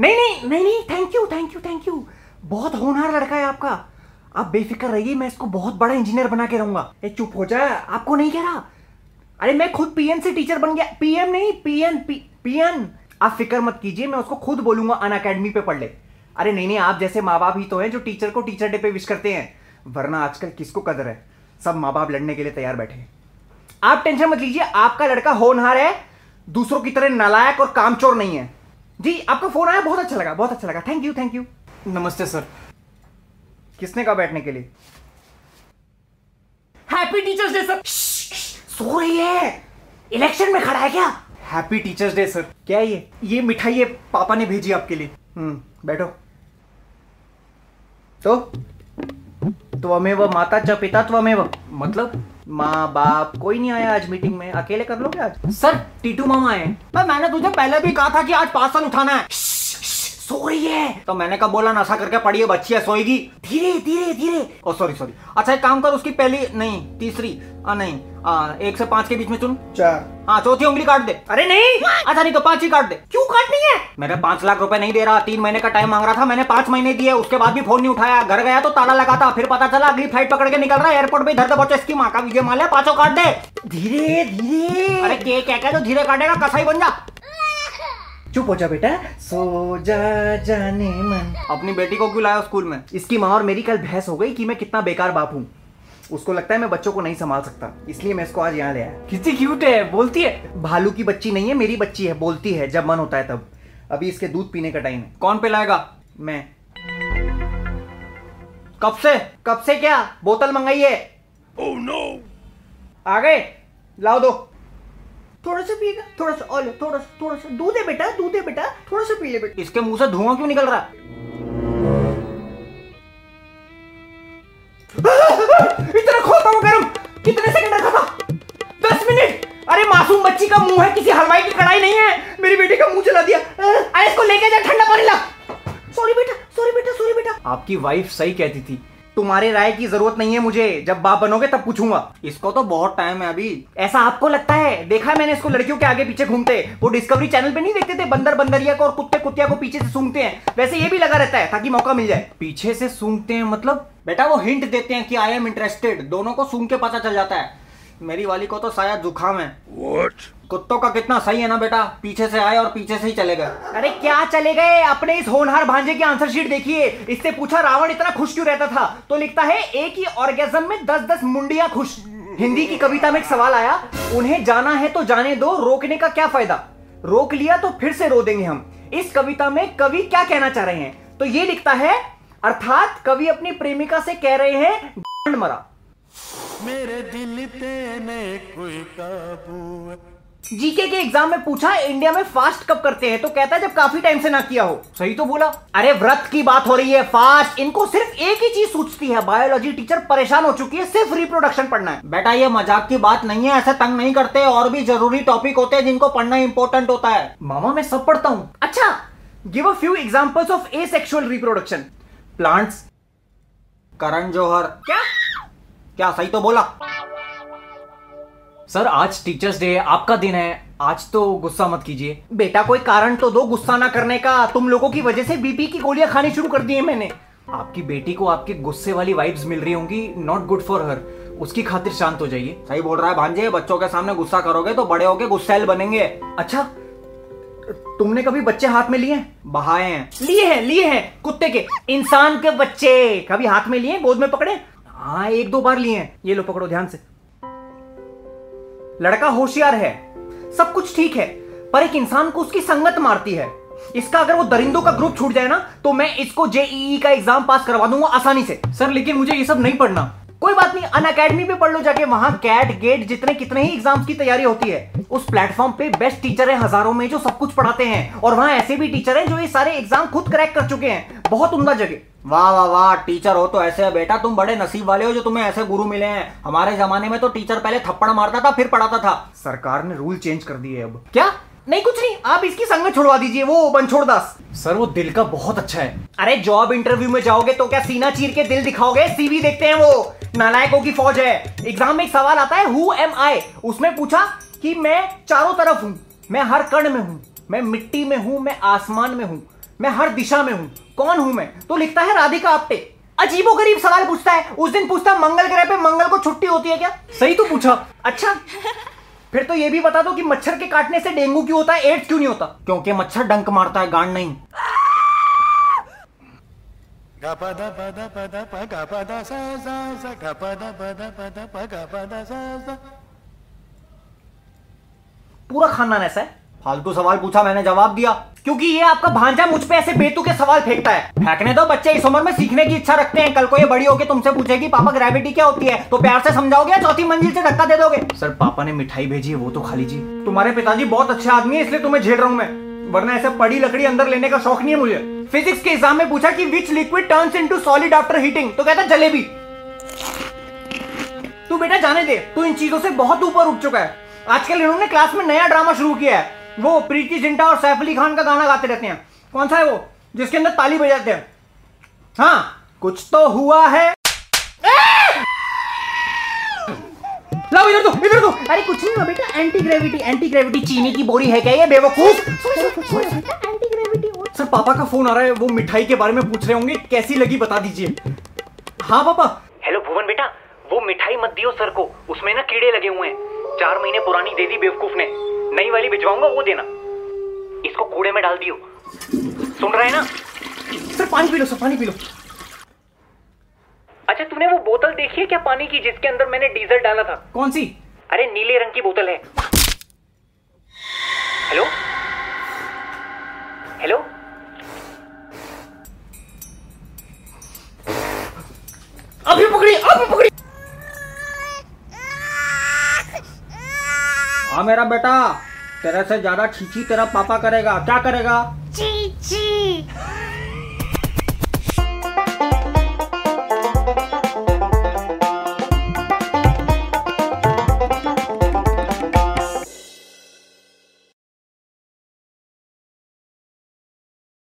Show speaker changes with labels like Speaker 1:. Speaker 1: नहीं नहीं नहीं नहीं thank you thank you thank you बहुत होनहार लड़का है आपका आप बेफिक्र रहिए मैं इसको बहुत बड़ा इंजीनियर बना के रहूंगा ए चुप हो जा आपको नहीं कह रहा अरे मैं खुद पीएन से टीचर बन गया पीएम नहीं पीएन पीएन आप फिक्र मत कीजिए मैं उसको खुद बोलूंगा अन अकेडमी पे पढ़ ले अरे नहीं नहीं आप जैसे माँ बाप ही तो हैं जो टीचर को टीचर डे पे विश करते हैं वरना आजकल किसको कदर है सब माँ बाप लड़ने के लिए तैयार बैठे हैं आप टेंशन मत लीजिए आपका लड़का होनहार है दूसरों की तरह नालायक और कामचोर नहीं है जी आपका फोन आया बहुत अच्छा लगा बहुत अच्छा लगा थैंक यू थैंक यू
Speaker 2: नमस्ते सर
Speaker 1: किसने कहा बैठने के लिए
Speaker 2: हैप्पी टीचर्स डे सर
Speaker 1: सो रही है इलेक्शन में खड़ा है क्या
Speaker 2: हैप्पी टीचर्स डे सर
Speaker 1: क्या है ये
Speaker 2: ये मिठाई पापा ने भेजी आपके लिए
Speaker 1: हम्म बैठो तो त्वमेव माता च पिता त्वमेव
Speaker 2: मतलब
Speaker 1: माँ बाप कोई नहीं आया आज मीटिंग में अकेले कर लोगे आज
Speaker 2: सर टीटू मामा आए हैं।
Speaker 1: पर मैंने तुझे पहले भी कहा था कि आज पार्सल उठाना है सो रही है
Speaker 2: तो मैंने कहा बोला नशा करके पड़ी है बच्ची है सोएगी
Speaker 1: धीरे धीरे धीरे
Speaker 2: ओ सॉरी सॉरी अच्छा एक काम कर उसकी पहली नहीं तीसरी आ, नहीं आ, हाँ, एक से पांच के बीच में चुन
Speaker 1: चार
Speaker 2: हाँ चौथी उंगली काट दे
Speaker 1: अरे नहीं
Speaker 2: अच्छा नहीं तो पांच ही काट दे
Speaker 1: क्यों काटनी है
Speaker 2: मेरा पांच लाख रुपए नहीं दे रहा तीन महीने का टाइम मांग रहा था मैंने पांच महीने दिए उसके बाद भी फोन नहीं उठाया घर गया तो ताला लगा था फिर पता चला अगली फ्लाइट पकड़ के निकल रहा है एयरपोर्ट पे इधर से पहुंचे इसकी माँ का विजय माल्या पांचों काट दे
Speaker 1: धीरे धीरे
Speaker 2: अरे के क्या क्या तो धीरे काटेगा कसाई बन जा
Speaker 1: चुप हो जा बेटा सो जा जाने मन
Speaker 2: अपनी बेटी को क्यों लाया स्कूल में
Speaker 1: इसकी माँ और मेरी कल बहस हो गई कि मैं कितना बेकार बाप हूँ उसको लगता है मैं बच्चों को नहीं संभाल सकता इसलिए मैं इसको आज यहाँ ले आया
Speaker 2: कितनी क्यूट है बोलती है
Speaker 1: भालू की बच्ची नहीं है मेरी बच्ची है बोलती है जब मन होता है तब अभी इसके दूध पीने का टाइम है
Speaker 2: कौन पिलाएगा
Speaker 1: मैं
Speaker 2: कब से
Speaker 1: कब से क्या बोतल मंगाई है आ गए लाओ दो थोड़ा सा पिएगा थोड़ा सा और लो, थोड़ा सा थोड़ा सा दूध है बेटा दूध है बेटा थोड़ा सा पी ले बेटा
Speaker 2: इसके मुंह से धुआं क्यों निकल रहा है
Speaker 1: इतना खोता हूँ गरम कितने सेकंड रखा था दस मिनट अरे मासूम बच्ची का मुंह है किसी हलवाई की कढ़ाई नहीं है मेरी बेटी का मुंह जला दिया अरे इसको लेके जा ठंडा पानी ला सॉरी बेटा सॉरी बेटा सॉरी बेटा
Speaker 2: आपकी वाइफ सही कहती थी
Speaker 1: तुम्हारे राय की जरूरत नहीं है मुझे जब बाप बनोगे तब पूछूंगा
Speaker 2: इसको तो बहुत टाइम है अभी
Speaker 1: ऐसा आपको लगता है देखा है मैंने इसको लड़कियों के आगे पीछे घूमते वो डिस्कवरी चैनल पे नहीं देखते थे बंदर बंदरिया को और कुत्ते कुतिया को पीछे से सूंघते हैं वैसे ये भी लगा रहता है ताकि मौका मिल जाए
Speaker 2: पीछे से सूंघते हैं मतलब बेटा वो हिंट देते हैं कि आई एम इंटरेस्टेड दोनों को सूंघ के पता चल जाता है मेरी वाली को तो शायद जुकाम है कुत्तों का कितना सही है ना बेटा पीछे से आए और पीछे से ही चले गए
Speaker 1: अरे क्या चले गए अपने इस होनहार भांजे की आंसर शीट देखिए इससे पूछा रावण इतना खुश क्यों रहता था तो लिखता है एक ही ऑर्गेजम में दस दस मुंडिया खुश हिंदी की कविता में एक सवाल आया उन्हें जाना है तो जाने दो रोकने का क्या फायदा रोक लिया तो फिर से रो देंगे हम इस कविता में कवि क्या कहना चाह रहे हैं तो ये लिखता है अर्थात कवि अपनी प्रेमिका से कह रहे हैं "गांड मरा
Speaker 3: मेरे दिल पे ने कोई काबू है।
Speaker 1: जीके के एग्जाम में पूछा इंडिया में फास्ट कब करते हैं तो कहता है जब काफी टाइम से ना किया हो
Speaker 2: सही तो बोला
Speaker 1: अरे व्रत की बात हो रही है फास्ट इनको सिर्फ एक ही चीज सूझती है बायोलॉजी टीचर परेशान हो चुकी है सिर्फ रिप्रोडक्शन पढ़ना है
Speaker 2: बेटा ये मजाक की बात नहीं है ऐसे तंग नहीं करते और भी जरूरी टॉपिक होते हैं जिनको पढ़ना इंपॉर्टेंट होता है
Speaker 1: मामा मैं सब पढ़ता हूँ अच्छा give a few examples of asexual reproduction plants
Speaker 2: Karan Johar
Speaker 1: क्या
Speaker 2: क्या सही तो बोला
Speaker 4: सर आज टीचर्स डे है आपका दिन है आज तो गुस्सा मत कीजिए
Speaker 1: बेटा कोई कारण तो दो गुस्सा ना करने का तुम लोगों की वजह से बीपी की गोलियां खानी शुरू कर दी है मैंने
Speaker 4: आपकी बेटी को आपके गुस्से वाली वाइब्स मिल रही होंगी नॉट गुड फॉर हर उसकी खातिर शांत हो जाइए
Speaker 2: सही बोल रहा है भांजे बच्चों के सामने गुस्सा करोगे तो बड़े होके गुस्सैल बनेंगे
Speaker 1: अच्छा तुमने कभी बच्चे हाथ में लिए हैं?
Speaker 2: बहाए हैं
Speaker 1: लिए हैं लिए हैं कुत्ते के इंसान के बच्चे कभी हाथ में लिए हैं, गोद में पकड़े
Speaker 2: हाँ एक दो बार लिए हैं
Speaker 1: ये लो पकड़ो ध्यान से लड़का होशियार है सब कुछ ठीक है पर एक इंसान को उसकी संगत मारती है इसका अगर वो दरिंदों का ग्रुप छूट जाए ना तो मैं इसको जेईई का एग्जाम पास करवा दूंगा आसानी से
Speaker 4: सर लेकिन मुझे ये सब नहीं पढ़ना
Speaker 1: कोई बात नहीं अन अकेडमी पे पढ़ लो जाके वहां कैट गेट जितने कितने ही एग्जाम्स की तैयारी होती है उस प्लेटफॉर्म पे बेस्ट टीचर है हजारों में जो सब कुछ पढ़ाते हैं और वहां ऐसे भी टीचर हैं जो ये सारे एग्जाम खुद क्रैक कर चुके हैं बहुत उमदा जगह
Speaker 2: वाह वाह वाह टीचर हो तो ऐसे है बेटा तुम बड़े नसीब वाले हो जो तुम्हें ऐसे गुरु मिले हैं हमारे जमाने में तो टीचर पहले थप्पड़ मारता था फिर पढ़ाता था
Speaker 1: सरकार ने रूल चेंज कर दिए अब
Speaker 2: क्या
Speaker 1: नहीं कुछ नहीं आप इसकी संगत छोड़वा दीजिए वो बनछोड़ दास
Speaker 4: सर वो दिल का बहुत अच्छा है
Speaker 1: अरे जॉब इंटरव्यू में जाओगे तो क्या सीना चीर के दिल दिखाओगे सीवी देखते हैं वो नालायकों की फौज है एग्जाम में एक सवाल आता है हु एम आई उसमें पूछा कि मैं चारों तरफ हूँ मैं हर कण में हूँ मैं मिट्टी में हूँ मैं आसमान में हूँ मैं हर दिशा में हूँ कौन हूँ मैं तो लिखता है राधिका आप्टे अजीबो गरीब सवाल पूछता है उस दिन पूछता है मंगल ग्रह पे मंगल को छुट्टी होती है क्या सही तो पूछा अच्छा फिर तो ये भी बता दो कि मच्छर के काटने से डेंगू क्यों होता है एड्स क्यों नहीं होता क्योंकि मच्छर डंक मारता है गांड नहीं
Speaker 3: गपा दा पा दा पा दा पा गपा दा सा सा सा गपा दा पा दा पा दा पा गपा दा सा सा
Speaker 1: पूरा खानदान ऐसा है फालतू सवाल पूछा मैंने जवाब दिया क्योंकि ये आपका भांजा मुझ पे ऐसे बेतुके सवाल फेंकता है फेंकने दो बच्चे इस उम्र में सीखने की इच्छा रखते हैं कल को ये बड़ी होके तुमसे पूछेगी पापा ग्रेविटी क्या होती है तो प्यार से समझाओगे या चौथी मंजिल से धक्का दे दोगे
Speaker 5: सर पापा ने मिठाई भेजी है वो तो खा लीजिए
Speaker 1: तुम्हारे पिताजी बहुत अच्छे आदमी है इसलिए तुम्हें झेल रहा हूँ मैं वरना ऐसे पड़ी लकड़ी अंदर लेने का शौक नहीं है मुझे फिजिक्स के एग्जाम में पूछा कि which liquid turns into solid after heating तो कहता जलेबी तू बेटा जाने दे तू इन चीजों से बहुत ऊपर उठ चुका है आजकल इन्होंने क्लास में नया ड्रामा शुरू किया है वो प्रीति जिंटा और सैफ अली खान का गाना गाते रहते हैं कौन सा है वो जिसके अंदर ताली बजाते हैं हाँ कुछ तो हुआ है लाओ इधर दो इधर दो
Speaker 2: अरे कुछ नहीं हुआ बेटा एंटी ग्रेविटी एंटी ग्रेविटी
Speaker 1: चीनी की बोरी है क्या ये बेवकूफ
Speaker 2: एंटी ग्रेविटी
Speaker 1: सर पापा का फोन आ रहा है वो मिठाई के बारे में पूछ रहे होंगे कैसी लगी बता दीजिए हाँ पापा
Speaker 5: हेलो भुवन बेटा वो मिठाई मत दियो सर को उसमें ना कीड़े लगे हुए हैं चार महीने पुरानी दे दी बेवकूफ ने नई वाली भिजवाऊंगा वो देना इसको कूड़े में डाल दियो सुन रहे ना
Speaker 1: सर पानी पी लो सर पानी पी लो
Speaker 5: अच्छा तूने वो बोतल देखी है क्या पानी की जिसके अंदर मैंने डीजल डाला था
Speaker 1: कौन सी
Speaker 5: अरे नीले रंग की बोतल है हेलो हेलो
Speaker 1: अभी पकड़ी अभी पकड़ी हाँ मेरा बेटा तेरे से ज्यादा छीछी तेरा पापा करेगा क्या करेगा
Speaker 2: चीची